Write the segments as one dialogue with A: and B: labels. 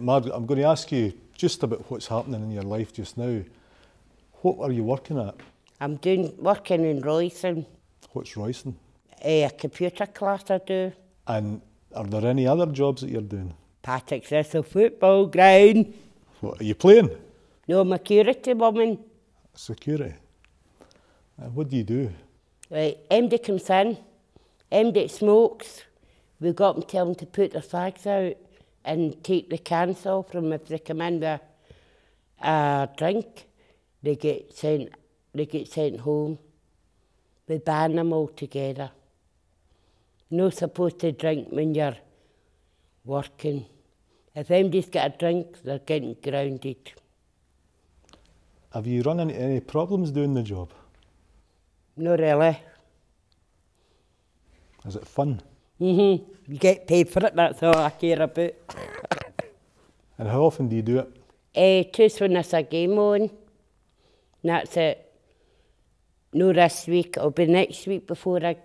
A: Margaret, I'm going to ask you just about what's happening in your life just now. What are you working at?
B: I'm doing working in Royston,
A: What's Royston?
B: eh, a computer class I do.
A: And are there any other jobs that you're doing?
B: Patrick's Thistle football ground.
A: What, are you playing?
B: No, I'm a security woman.
A: Security. And what do you do?
B: Right, MD comes in, MD smokes. We got them tell them to put their fags out and take the cans off them if they come in with a drink. They get sent, they get sent home. We ban them all together. No supposed to drink when you're working. If MD's got a drink, they're getting grounded.
A: Have you run into any problems doing the job?
B: No really.
A: Is it fun?
B: Mm-hmm. You get paid for it, that's all I care about.
A: And how often do you do it?
B: Eh, tooth when there's a game on. That's it. No this e, week, it'll be next week before I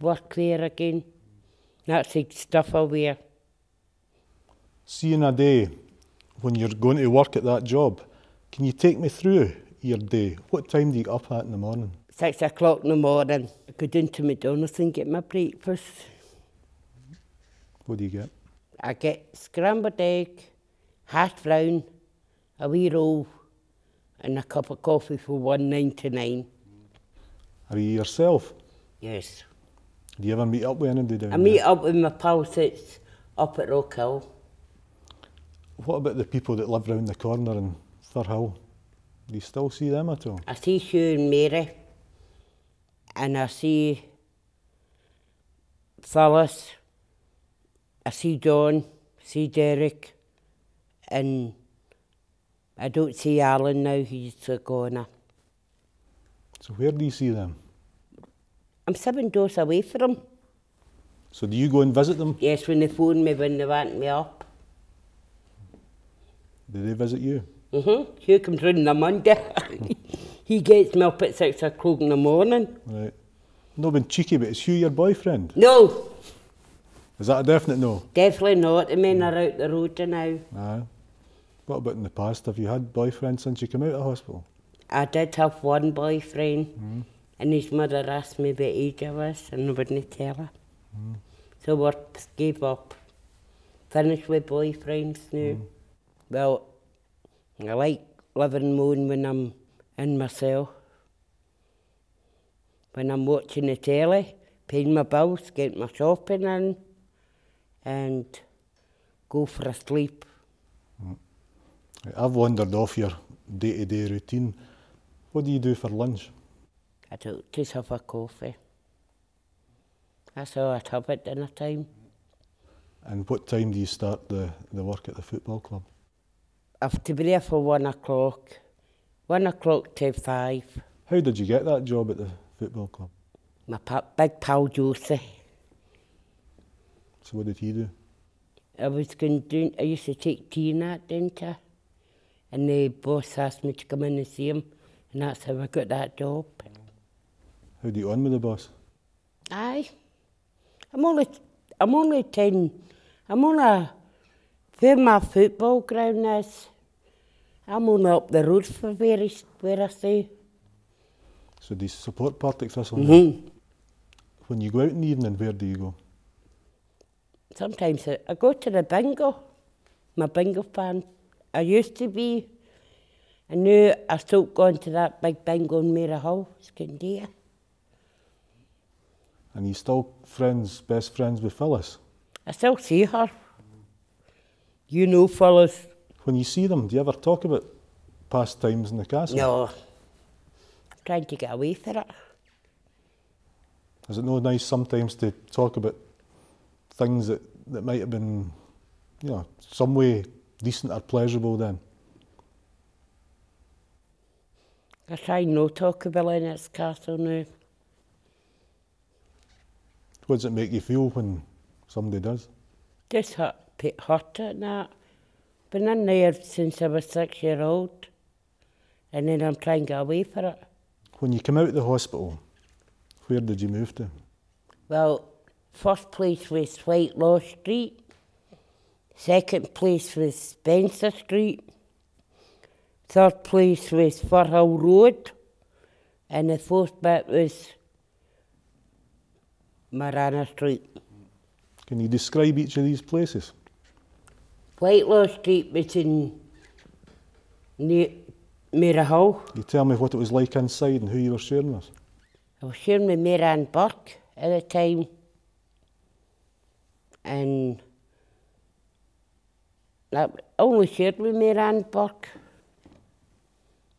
B: work there again. e That's the stuff I wear.
A: Seeing a day when you're going to work at that job, can you take me through your day? What time do you get up at in the morning?
B: Six o'clock in the morning, I go down to McDonald's and get my breakfast.
A: What do you get?
B: I get scrambled egg, hash brown, a wee roll, and a cup of coffee for one ninety nine.
A: Are you yourself?
B: Yes.
A: Do you ever meet up with anybody down
B: I meet up with my pals that's up at Rock Hill.
A: there? What about the people that live round the corner in Fir Hill? Do you still see them at all?
B: I see Hugh and Mary, and I see Phyllis, I see Don, see Derek, and I don't see Alan now, he's a goner.
A: So where do you see them?
B: I'm seven doors away from him.
A: So do you go and visit them?
B: Yes, when they phone me, when they want me up.
A: Do they visit you?
B: Mm-hmm. Hugh comes round on a Monday. he gets me up at six o'clock in the morning.
A: Right. Not being cheeky, but is Hugh your boyfriend?
B: No,
A: Is that a definite no?
B: definitely not. The men are out the road now.
A: Aye. What about in the past? Have you had boyfriends since you came out of hospital?
B: I did have one boyfriend, mm. and his mother asked me what age I was, and I wouldn't tell her. Mm. So I gave up. Finished with boyfriends now. Mm. Well, I like living my own when I'm in myself. When I'm watching the telly, paying my bills, getting my shopping in, and go for a sleep.
A: Right, I've wandered off your day-to-day routine. What do you do for lunch?
B: I took two of a coffee. That's all I'd have at dinner time.
A: And what time do you start the, the work at the football club?
B: I've to be there for one o'clock. One o'clock to five.
A: How did you get that job at the football club?
B: My pa big pal Josie.
A: So what did he do?
B: I was going down, I used to take tea and that, didn't I? And the boss asked me to come in and see him, and that's how I got that job.
A: How do you on with the boss?
B: Aye. I'm only, I'm only 10, I'm only, where my football ground is, I'm only up the road from where, he's, where I stay.
A: So do you support Partick Thistle? now?
B: Mm-hmm.
A: When you go out in the evening, where do you go?
B: sometimes I, I go to the bingo. My bingo fan. I used to be. And now I stopped going to that big bingo in Mira Hall, Skindia.
A: And you still friends, best friends with Phyllis?
B: I still see her. You know, fellas.
A: When you see them, do you ever talk about past times in the castle?
B: No. I'm trying to get away from it.
A: Is it no nice sometimes to talk about things that, that might have been, you know, some way decent or pleasurable then?
B: I try no talk about it in its castle now.
A: What does it make you feel when somebody does?
B: Just hurt, bit hurt at that. Been in there since I was six year old. And then I'm trying to get away from it.
A: When you came out of the hospital, where did you move to?
B: Well, first place was Whitelaw Street. Second place was Spencer Street. Third place was Firhill Road. And the fourth bit was Marana Street.
A: Can you describe each of these places?
B: Whitelaw Street was in near Mira Hall.
A: You tell me what it was like inside and who you were sharing with.
B: I was sharing with Mary Ann Burke at the time. And I only shared with Mary Ann Burke.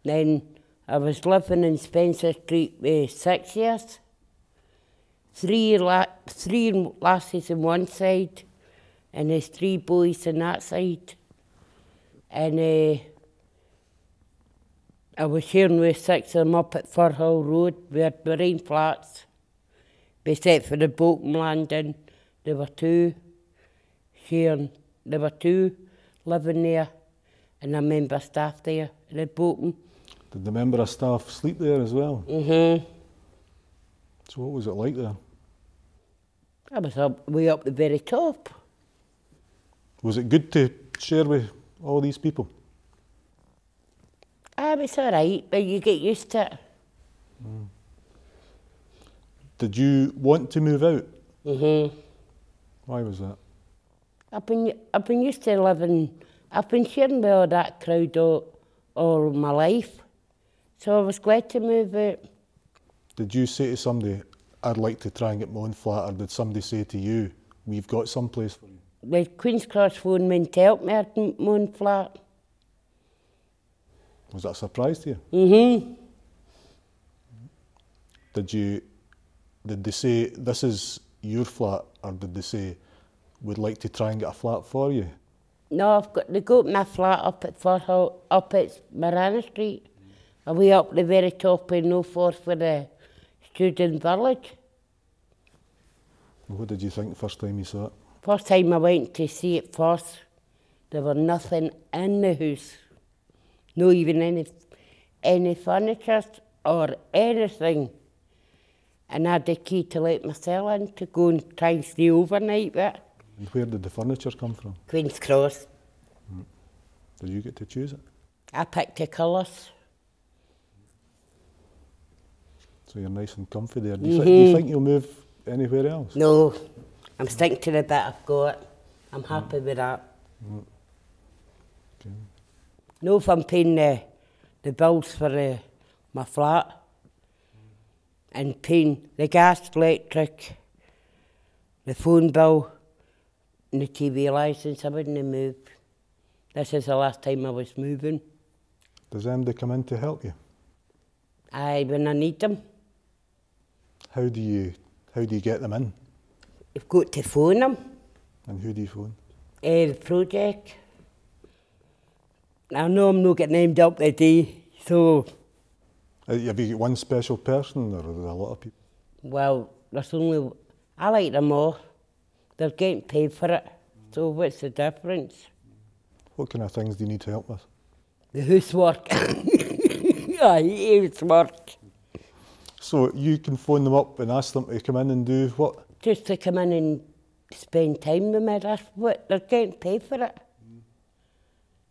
B: Then I was living in Spencer Street for six years. Three, la- three lasses on one side, and there's three boys on that side. And uh, I was sharing with six of them up at Firhill Road, we had marine flats. Except for the Bolton landing, there were two sharing, there were two living there, and a member of staff there at the Bolton.
A: Did the member of staff sleep there as well?
B: Mm-hmm.
A: So what was it like there?
B: I was up, way up the very top.
A: Was it good to share with all these people?
B: Ah, it's all right, but you get used to it.
A: Did you want to move out?
B: Mm-hmm.
A: Why was that?
B: I've been, I've been used to living, I've been sharing with all that crowd all, all my life. So I was glad to move out.
A: Did you say to somebody, I'd like to try and get my own flat, or did somebody say to you, we've got someplace for you?
B: With Queen's Cross phone me and help me at m- my own flat.
A: Was that a surprise to you?
B: Mm-hmm.
A: Did you, did they say, this is your flat, or did they say, we'd like to try and get a flat for you?
B: No, I've got to go to my flat up at Firhill, up at Marana Street. And we up the very top in No Forth for the student village.
A: What did you think the first time you saw it?
B: First time I went to see it first, there were nothing in the house. No even any any furniture or anything. And I had the key to let myself in to go and try and stay overnight but
A: And where did the furniture come from?
B: Queen's Cross.
A: Did you get to choose it?
B: I picked the colours.
A: So you're nice and comfy there. Do you, thi- do
B: Mm-hmm.
A: you think you'll move anywhere else?
B: No, I'm sticking to the bit I've got. I'm happy with that.
A: Okay.
B: No, if I'm paying the, the bills for uh, my flat and paying the gas, electric, the phone bill, and the TV licence, I wouldn't have moved. This is the last time I was moving.
A: Does MD come in to help you?
B: I when I need them,
A: How do you how do you get them in?
B: I've got to phone them.
A: And who do you phone?
B: Eh, the project. I know I'm not getting named up the day, so
A: Uh, Have you got one special person or are there a lot of people?
B: Well, that's only. I like them all. They're getting paid for it. So what's the difference?
A: What kind of things do you need help with?
B: The housework. I hate housework.
A: So you can phone them up and ask them to come in and do what?
B: Just to come in and spend time with me. That's what they're getting paid for it.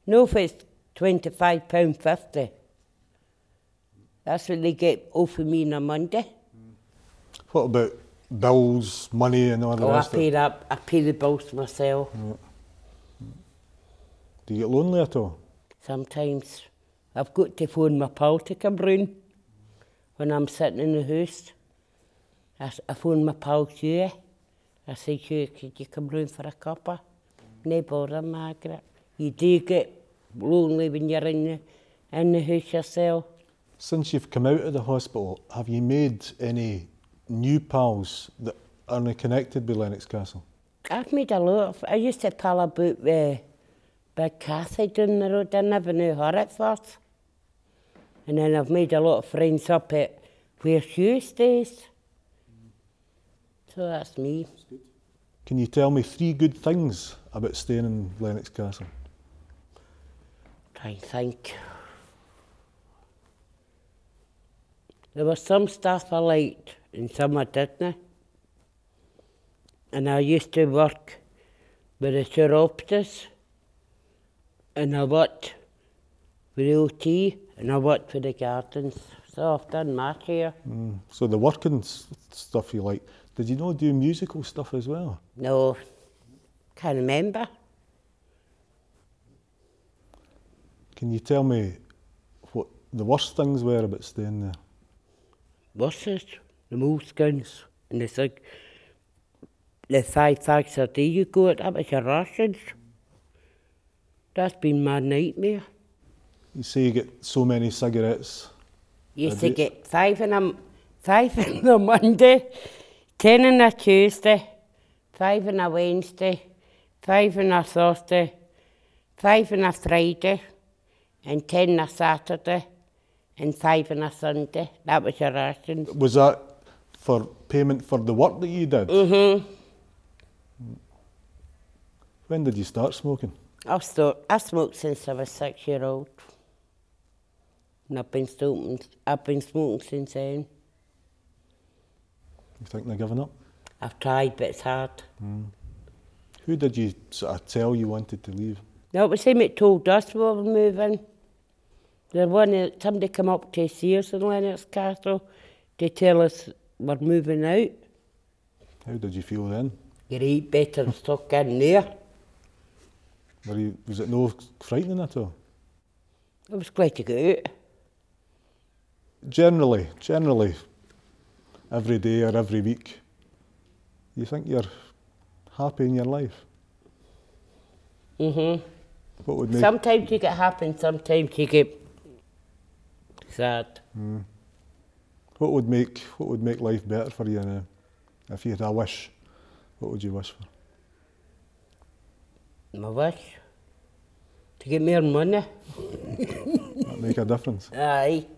B: No, if it's twenty-five pound fifty. That's what they get off of me on a Monday.
A: What about bills, money and all the
B: Oh, I
A: rest of
B: pay
A: it?
B: that. I pay the bills myself.
A: Do you get lonely at all?
B: Sometimes I've got to phone my pal to come round when I'm sitting in the house. I, s- I phone my pal Hugh. I say, Hugh, could you come round for a cuppa? No bother, Margaret. You do get lonely when you're in the, in the house yourself.
A: Since you've come out of the hospital, have you made any new pals that aren't connected with Lennox Castle?
B: I've made a lot of... I used to pal about with Big Cathy down the road. eh, I never knew her at first. And then I've made a lot of friends up at where Hugh stays. So that's me.
A: Can you tell me three good things about staying in Lennox Castle?
B: Try and think. There was some stuff I liked and some I didn't. And I used to work with the chiropters, and I worked for the OT, and I worked for the gardens. So I've done my share.
A: Mm. So the working s- stuff you like. Did you know do musical stuff as well?
B: No, can't remember.
A: Can you tell me what the worst things were about staying there?
B: Buses, the moleskins, and the thing. The five fags a day you go, that was your rations. That's been my nightmare.
A: You say you get so many cigarettes.
B: Used
A: Have
B: to
A: you-
B: get five on a m- five on a Monday, ten on a Tuesday, five on a Wednesday, five on a Thursday, five on a Friday, and ten on a Saturday, and five on a Sunday. That was your rations.
A: Was that for payment for the work that you did? Mm-hmm. When did you start smoking?
B: I've sto- I smoked since I was six year old. And I've been smoking, I've been smoking since then.
A: You thinking of giving up?
B: I've tried, but it's hard.
A: Who did you sort of tell you wanted to leave?
B: No, it was him that told us we were moving. The one that somebody come up to see us in Lennox Castle to tell us we're moving out.
A: How did you feel then?
B: You're eight better than stuck in there.
A: Were you, was it no frightening at all?
B: I was glad to get out.
A: Generally, generally, every day or every week, you think you're happy in your life.
B: Mm-hmm.
A: What would make
B: Sometimes you get happy and sometimes you get sad.
A: what would make what would make life better for you now? If you had a wish, what would you wish for?
B: My wish to get more money.
A: That make a difference.
B: Aye.